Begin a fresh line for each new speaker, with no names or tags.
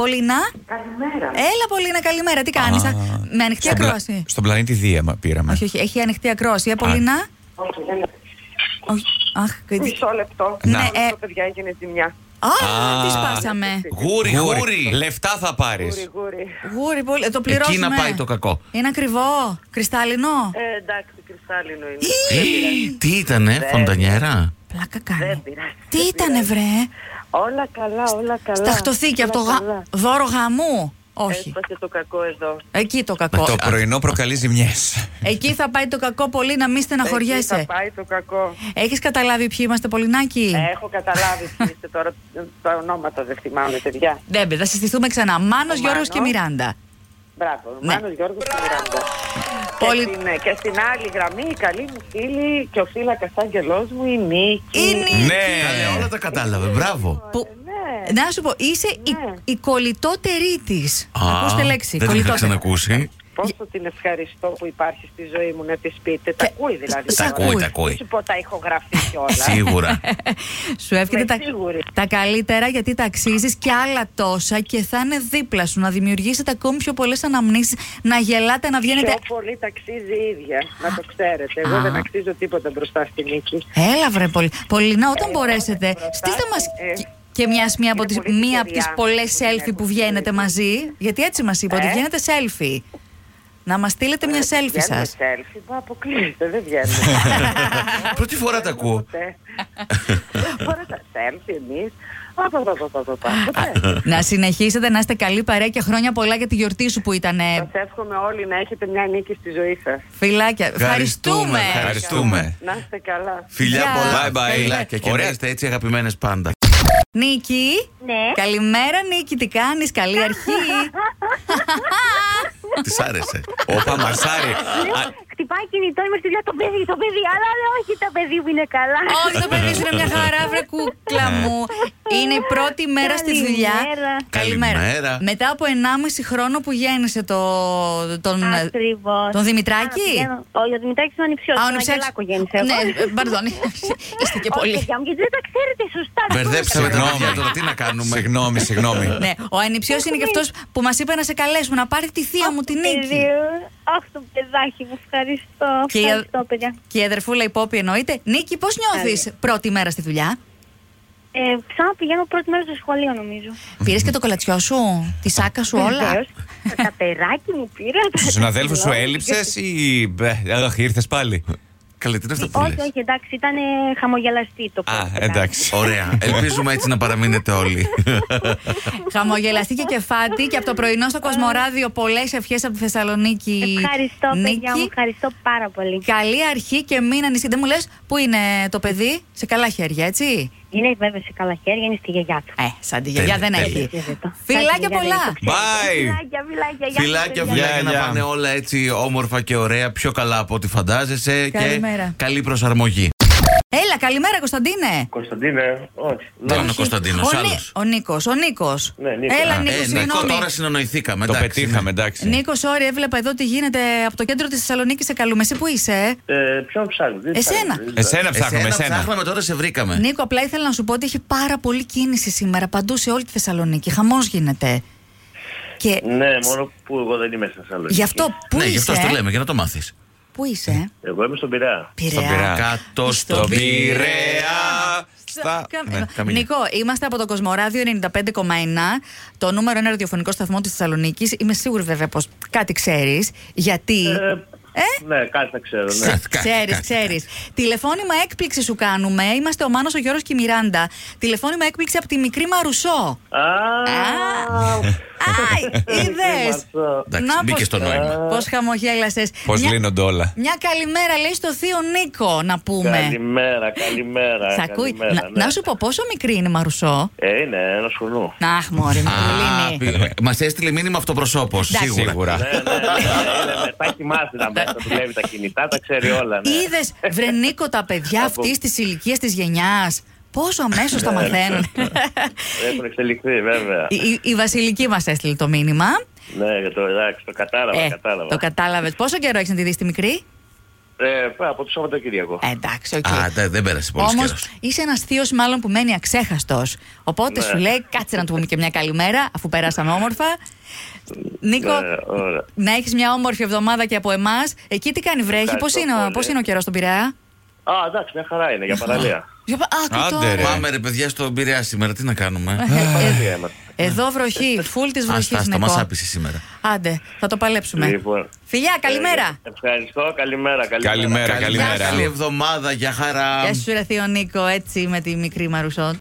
Πολίνα.
Καλημέρα.
Έλα, Πολίνα, καλημέρα. Τι κάνεις.
Α, Ναι.
Με ανοιχτή
στον πλα-
ακρόαση.
Στον πλανήτη Δία μα- πήραμε.
Όχι, όχι, έχει ανοιχτή ακρόαση. Ε, Πολίνα.
Όχι, δεν
Όχι. Αχ, κρίτη.
Μισό λεπτό.
Να.
Ναι,
Ναι, ε.
παιδιά έγινε ζημιά.
Α,
Α.
τι σπάσαμε.
Γούρι, γούρι. Λεφτά θα
Γούρι,
πάρεις.
γούρι.
Γούρι, πολύ. ε, Το
να
πληρώσουμε.
πάει το κακό.
Είναι ακριβό. Κρυστάλλινο.
Ε, εντάξει, κρυστάλλινο είναι.
Ε,
Ε.
Τι ήτανε, φοντανιέρα.
Πλάκα
Δεν
κάνει.
πειράζει.
Τι ήτανε, βρε.
Όλα καλά, όλα καλά.
Σταχτωθεί και από το
Όλα
γα-
καλά.
δώρο γαμού. Όχι.
Έσπασε το κακό εδώ.
Εκεί το κακό.
Το πρωινό προκαλεί ζημιές.
Εκεί θα πάει το κακό πολύ να μην
Ε, Εκεί
στεναχωριέσαι.
θα πάει Ε, το κακό.
Έχεις καταλάβει ποιοι είμαστε, Πολυνάκι.
Έχω καταλάβει ποιοι είστε τώρα. Τα ονόματα δεν θυμάμαι, παιδιά.
Δεν παι, θα συστηθούμε ξανά. Μάνος,
Ο
Γιώργος
Μάνος.
και Μιράντα.
Μπράβο.
Ναι.
Μάνος Γιώργος και Μιράντα. Και,
Πολύ-
στην, ε, και στην άλλη γραμμή, η καλή μου φίλη και ο φύλακας άγγελός μου, η Νίκη.
Η Νίκη.
Καλέ, όλα
Ναι.
τα κατάλαβε, μπράβο.
Που...
Ναι.
Να σου πω, είσαι
Ναι.
η, η κολλητότερη της.
Α,
Ακούστε λέξη.
Δεν την είχα
κολλητότερη.
ξανακούσει.
Πόσο την ευχαριστώ που υπάρχει στη ζωή μου να της πείτε. Τα ακούει δηλαδή.
σ'
τώρα.
ακούει,
Δεν
τα
ακούει.
Σου πω τα ηχογραφεί και όλα.
Σίγουρα.
Σου εύχεται
Είμαι
τα,
σίγουρη.
τα καλύτερα γιατί τα αξίζεις και άλλα τόσα και θα είναι δίπλα σου. Να δημιουργήσετε ακόμη πιο πολλές αναμνήσεις, να γελάτε, να βγαίνετε.
Πιο πολύ ταξίζει η ίδια, να το ξέρετε. Εγώ
Α.
δεν αξίζω τίποτα μπροστά στη νίκη.
Έλα βρε πολύ. Πολυνά, όταν
Ε,
μπορέσετε,
μπροστά,
στείλτε μας
ε,
και- και μια μία από
είναι
τις,
πολύ
μία από
ευκαιριά
τις πολλές
που την
selfie που
έχω
βγαίνετε
στείλει.
μαζί, γιατί έτσι μας είπε ότι
Ε.
βγαίνετε selfie. Να μας στείλετε μια selfie
Βγαίνουμε
σας.
selfie, μα αποκλείεται, δεν βγαίνουμε.
Πρώτη φορά τα ακούω.
Ποτέ. Δεν φορά τα selfie εμείς. Από εδώ, από εδώ, από εδώ. Ποτέ.
Να συνεχίσετε να είστε καλή παρέα και χρόνια πολλά για τη γιορτή σου που ήταν.
Σας εύχομαι όλοι να έχετε μια νίκη στη ζωή σας.
Φιλάκια. Ευχαριστούμε.
Ευχαριστούμε.
Να είστε καλά.
Γεια.
Φιλιά πολλά,
Bye, bye.
φιλάκια Και
Ωραία.
να είστε έτσι αγαπημένες πάντα.
Νίκη.
Ε.
Ναι.
Καλημέρα, Νίκη. Τι κάνεις, Καλή αρχή.
Της άρεσε.
Όπα μασάρι. Α,
Χτυπάει κινητό, είμαι στη δουλειά το παιδί, το παιδί. Αλλά λέω, όχι, το παιδί μου είναι καλά.
Όχι, το παιδί σου είναι μια χαρά, βρε κούκλα μου. Είναι η πρώτη μέρα στη δουλειά.
Καλημέρα.
Καλημέρα.
Μετά από 1,5 χρόνο που γέννησε το, τον,
Ακριβώς.
τον Δημητράκη.
Όχι, ο Δημητράκη είναι ανυψιό.
Α,
Τον
ο Νεψιάκης.
Αγγελάκο γέννησε. εγώ.
Ναι, ε, μπαρδόν. Είστε και
Όχι,
πολύ.
παιδιά μου, γιατί δεν τα ξέρετε σωστά. δεν
Μπερδέψαμε τα
Συγγνώμη.
παιδιά τώρα, τι να κάνουμε.
Συγγνώμη, συγγνώμη.
Ναι, ο ανιψιός είναι και αυτός που μας είπε να σε καλέσουμε να πάρει τη θεία μου την
μπορούσα.
νίκη.
Παιδί, Αχ, το παιδάκι μου, ευχαριστώ.
Και η-
Ευχαριστώ, παιδιά.
Και η αδερφούλα υπόπη εννοείται. Νίκη, πώς νιώθεις πρώτη μέρα στη δουλειά.
Ε, ξανά πηγαίνω πρώτη μέρα στο σχολείο, νομίζω.
Πήρες και το κολατσιό σου, τη σάκα σου, όλα.
Βεβαίως. Τα ταπεράκι μου πήρα. τα
Στου συναδέλφους σου
ταπεράκι.
έλειψες ή. μπε, Αχ, ήρθες πάλι.
Καλύτερα αυτά που
Όχι,
λες.
όχι, εντάξει, ήταν ε, χαμογελαστή το
Α,
πρώτο βράδυ.
εντάξει.
Ωραία. Ελπίζουμε έτσι να παραμείνετε όλοι.
Χαμογελαστή και κεφάτη και από το πρωινό στο Κοσμοράδιο πολλές ευχές από τη Θεσσαλονίκη.
Ευχαριστώ, παιδιά μου,
Νίκη.
ευχαριστώ πάρα πολύ.
Καλή αρχή και μην ανησυχεί. Δεν μου λες πού είναι το παιδί, σε καλά χέρια, έτσι.
Είναι βέβαια σε καλά χέρια, είναι στη γιαγιά του.
Ε, σαν τη γιαγιά δεν
τέλεια.
έχει.
Ευχαριστώ.
Φιλάκια
Κάτι για
πολλά.
να το ξέρετε.
Bye.
Φιλάκια, φιλάκια. γεια σας,
Φιλάκια,
παιδιά.
φιλιά.
φιλάκια να
Γεια.
πάνε όλα έτσι όμορφα και ωραία, πιο καλά από ό,τι φαντάζεσαι. Και
Καλημέρα.
καλή προσαρμογή.
Έλα, καλημέρα, Κωνσταντίνε.
Κωνσταντίνε, όχι.
Δεν είναι ο
Όχι.
Κωνσταντίνος,
Ο Νί-
άλλος.
Ο Νίκος. Ο Νίκος.
Ναι, Νίκος.
Έλα,
Α,
Νίκος,
Ε, ναι,
συγγνώμη.
τώρα συνεννοηθήκαμε.
Το
εντάξει,
πετύχαμε,
ναι.
εντάξει.
Νίκος, sorry, έβλεπα εδώ τι γίνεται από το κέντρο της Θεσσαλονίκης. Σε καλούμε. Εσύ που είσαι, ε?
Ε, ποιον ψάχνεις. δεν
Εσένα.
ψάχνεις, δεν
Εσένα ψάχνουμε,
Εσένα
εσένα.
Ψάχναμε τώρα, σε βρήκαμε.
Νίκο, απλά ήθελα να σου πω ότι έχει πάρα πολύ κίνηση σήμερα παντού σε όλη τη Θεσσαλονίκη. Χαμός γίνεται. Και
ψάχνει. Ναι, μόνο που εγώ δεν είμαι στη Θεσσαλονίκη.
γι' αυτό πού
ναι, γι'
είσαι,
αυτό
ε?
το λέμε, για να το μάθεις.
Πού είσαι, ε?
Εγώ είμαι στον Πειραιά.
Πειραιά.
Κάτω
Στο
στο
Πειραιά. Στα-
Κα-
Ναι.
καμία.
Νίκο, είμαστε από το Κοσμοράδιο 95,1, το νούμερο ένα ραδιοφωνικό σταθμό της Θεσσαλονίκης. Είμαι σίγουρη βέβαια πως κάτι ξέρεις. Γιατί.
Ε, ναι, κάτι θα ξέρω. Ναι.
Κάτι, κάτι,
Ξέρεις,
κάτι,
ξέρεις. Τηλεφώνημα έκπληξη σου κάνουμε. Είμαστε ο Μάνος, ο Γιώργος και η Μιράντα. Τηλεφώνημα έκπληξη από τη μικρή Μαρουσό.
Α,
Αϊ, είδες.
Μαρουσό.
Εντάξει, μπήκε στο νόημα.
Πώς χαμογέλασες.
Πώς λύνονται όλα.
Μια καλημέρα, λέει στο θείο Νίκο, να πούμε.
Καλημέρα, καλημέρα.
Σ' ακούει.
καλημέρα,
Να-
ναι.
Να σου πω πόσο μικρή είναι η Μαρουσό.
Ε, είναι ένα σκουνού.
Αχ, μωρή, Μαρουλίνη.
Μας έστειλε μήνυμα αυτοπροσώπο,
Εντάξει.
σίγουρα.
Σίγουρα.
ναι, ναι, ναι, ναι, ναι, τα έχει μάθει να μπα- να δουλεύεις τα κινητά, τα ξέρει όλα. Ναι.
Είδες, βρε Νίκο, τα παιδιά
Από- Ναι,
αυτής της ηλικίας της γενιάς. Πόσο αμέσως τα μαθαίνουν.
Έχουν εξελιχθεί, βέβαια.
Η- η, η Βασιλική μας έστειλε το μήνυμα.
ναι, το, εντάξει, το κατάλαβα,
Ε,
κατάλαβα.
Το κατάλαβες. Πόσο καιρό έχεις να τη δεις τη μικρή,
Ε, από το Σαββατοκύριακο.
Ε, εντάξει, οκ.
Α, δεν- δεν πέρασε πολύ
Όμως
καιρός.
είσαι ένας θείος μάλλον που μένει αξέχαστος. Οπότε
Ναι.
σου λέει, κάτσε να του πούμε και μια καλημέρα, αφού περάσαμε όμορφα. Νίκο,
Ναι, ωραία.
να έχεις μια όμορφη εβδομάδα και από εμάς. Εκεί τι κάνει, βρέχει, πώ
Ευχαριστώ
είναι, ο-
πολύ.
πώς είναι ο καιρός στον Πειραιά.
Α, εντάξει, μια χαρά είναι για παραλία.
Για πα- άκου
Άντε,
τώρα.
ρε.
Πάμε ρε παιδιά στον Πειραιά σήμερα, τι να κάνουμε.
Ε, ε,
Παραλία είμαστε.
Εδώ
Ε,
βροχή, φουλ της βροχή.
Άστα, μα άπησε σήμερα.
Άντε, θα το παλέψουμε.
Λοιπόν.
Φιλιά, Ναι. καλημέρα.
Ε, ευχαριστώ, καλημέρα. Καλημέρα.
Καλημέρα,
Καλημέρα.
καλημέρα.
ε,
Καλή εβδομάδα, για χαρά.
Γεια σου, ρε θείο Νίκο, έτσι με τη μικρή Μαρουσό.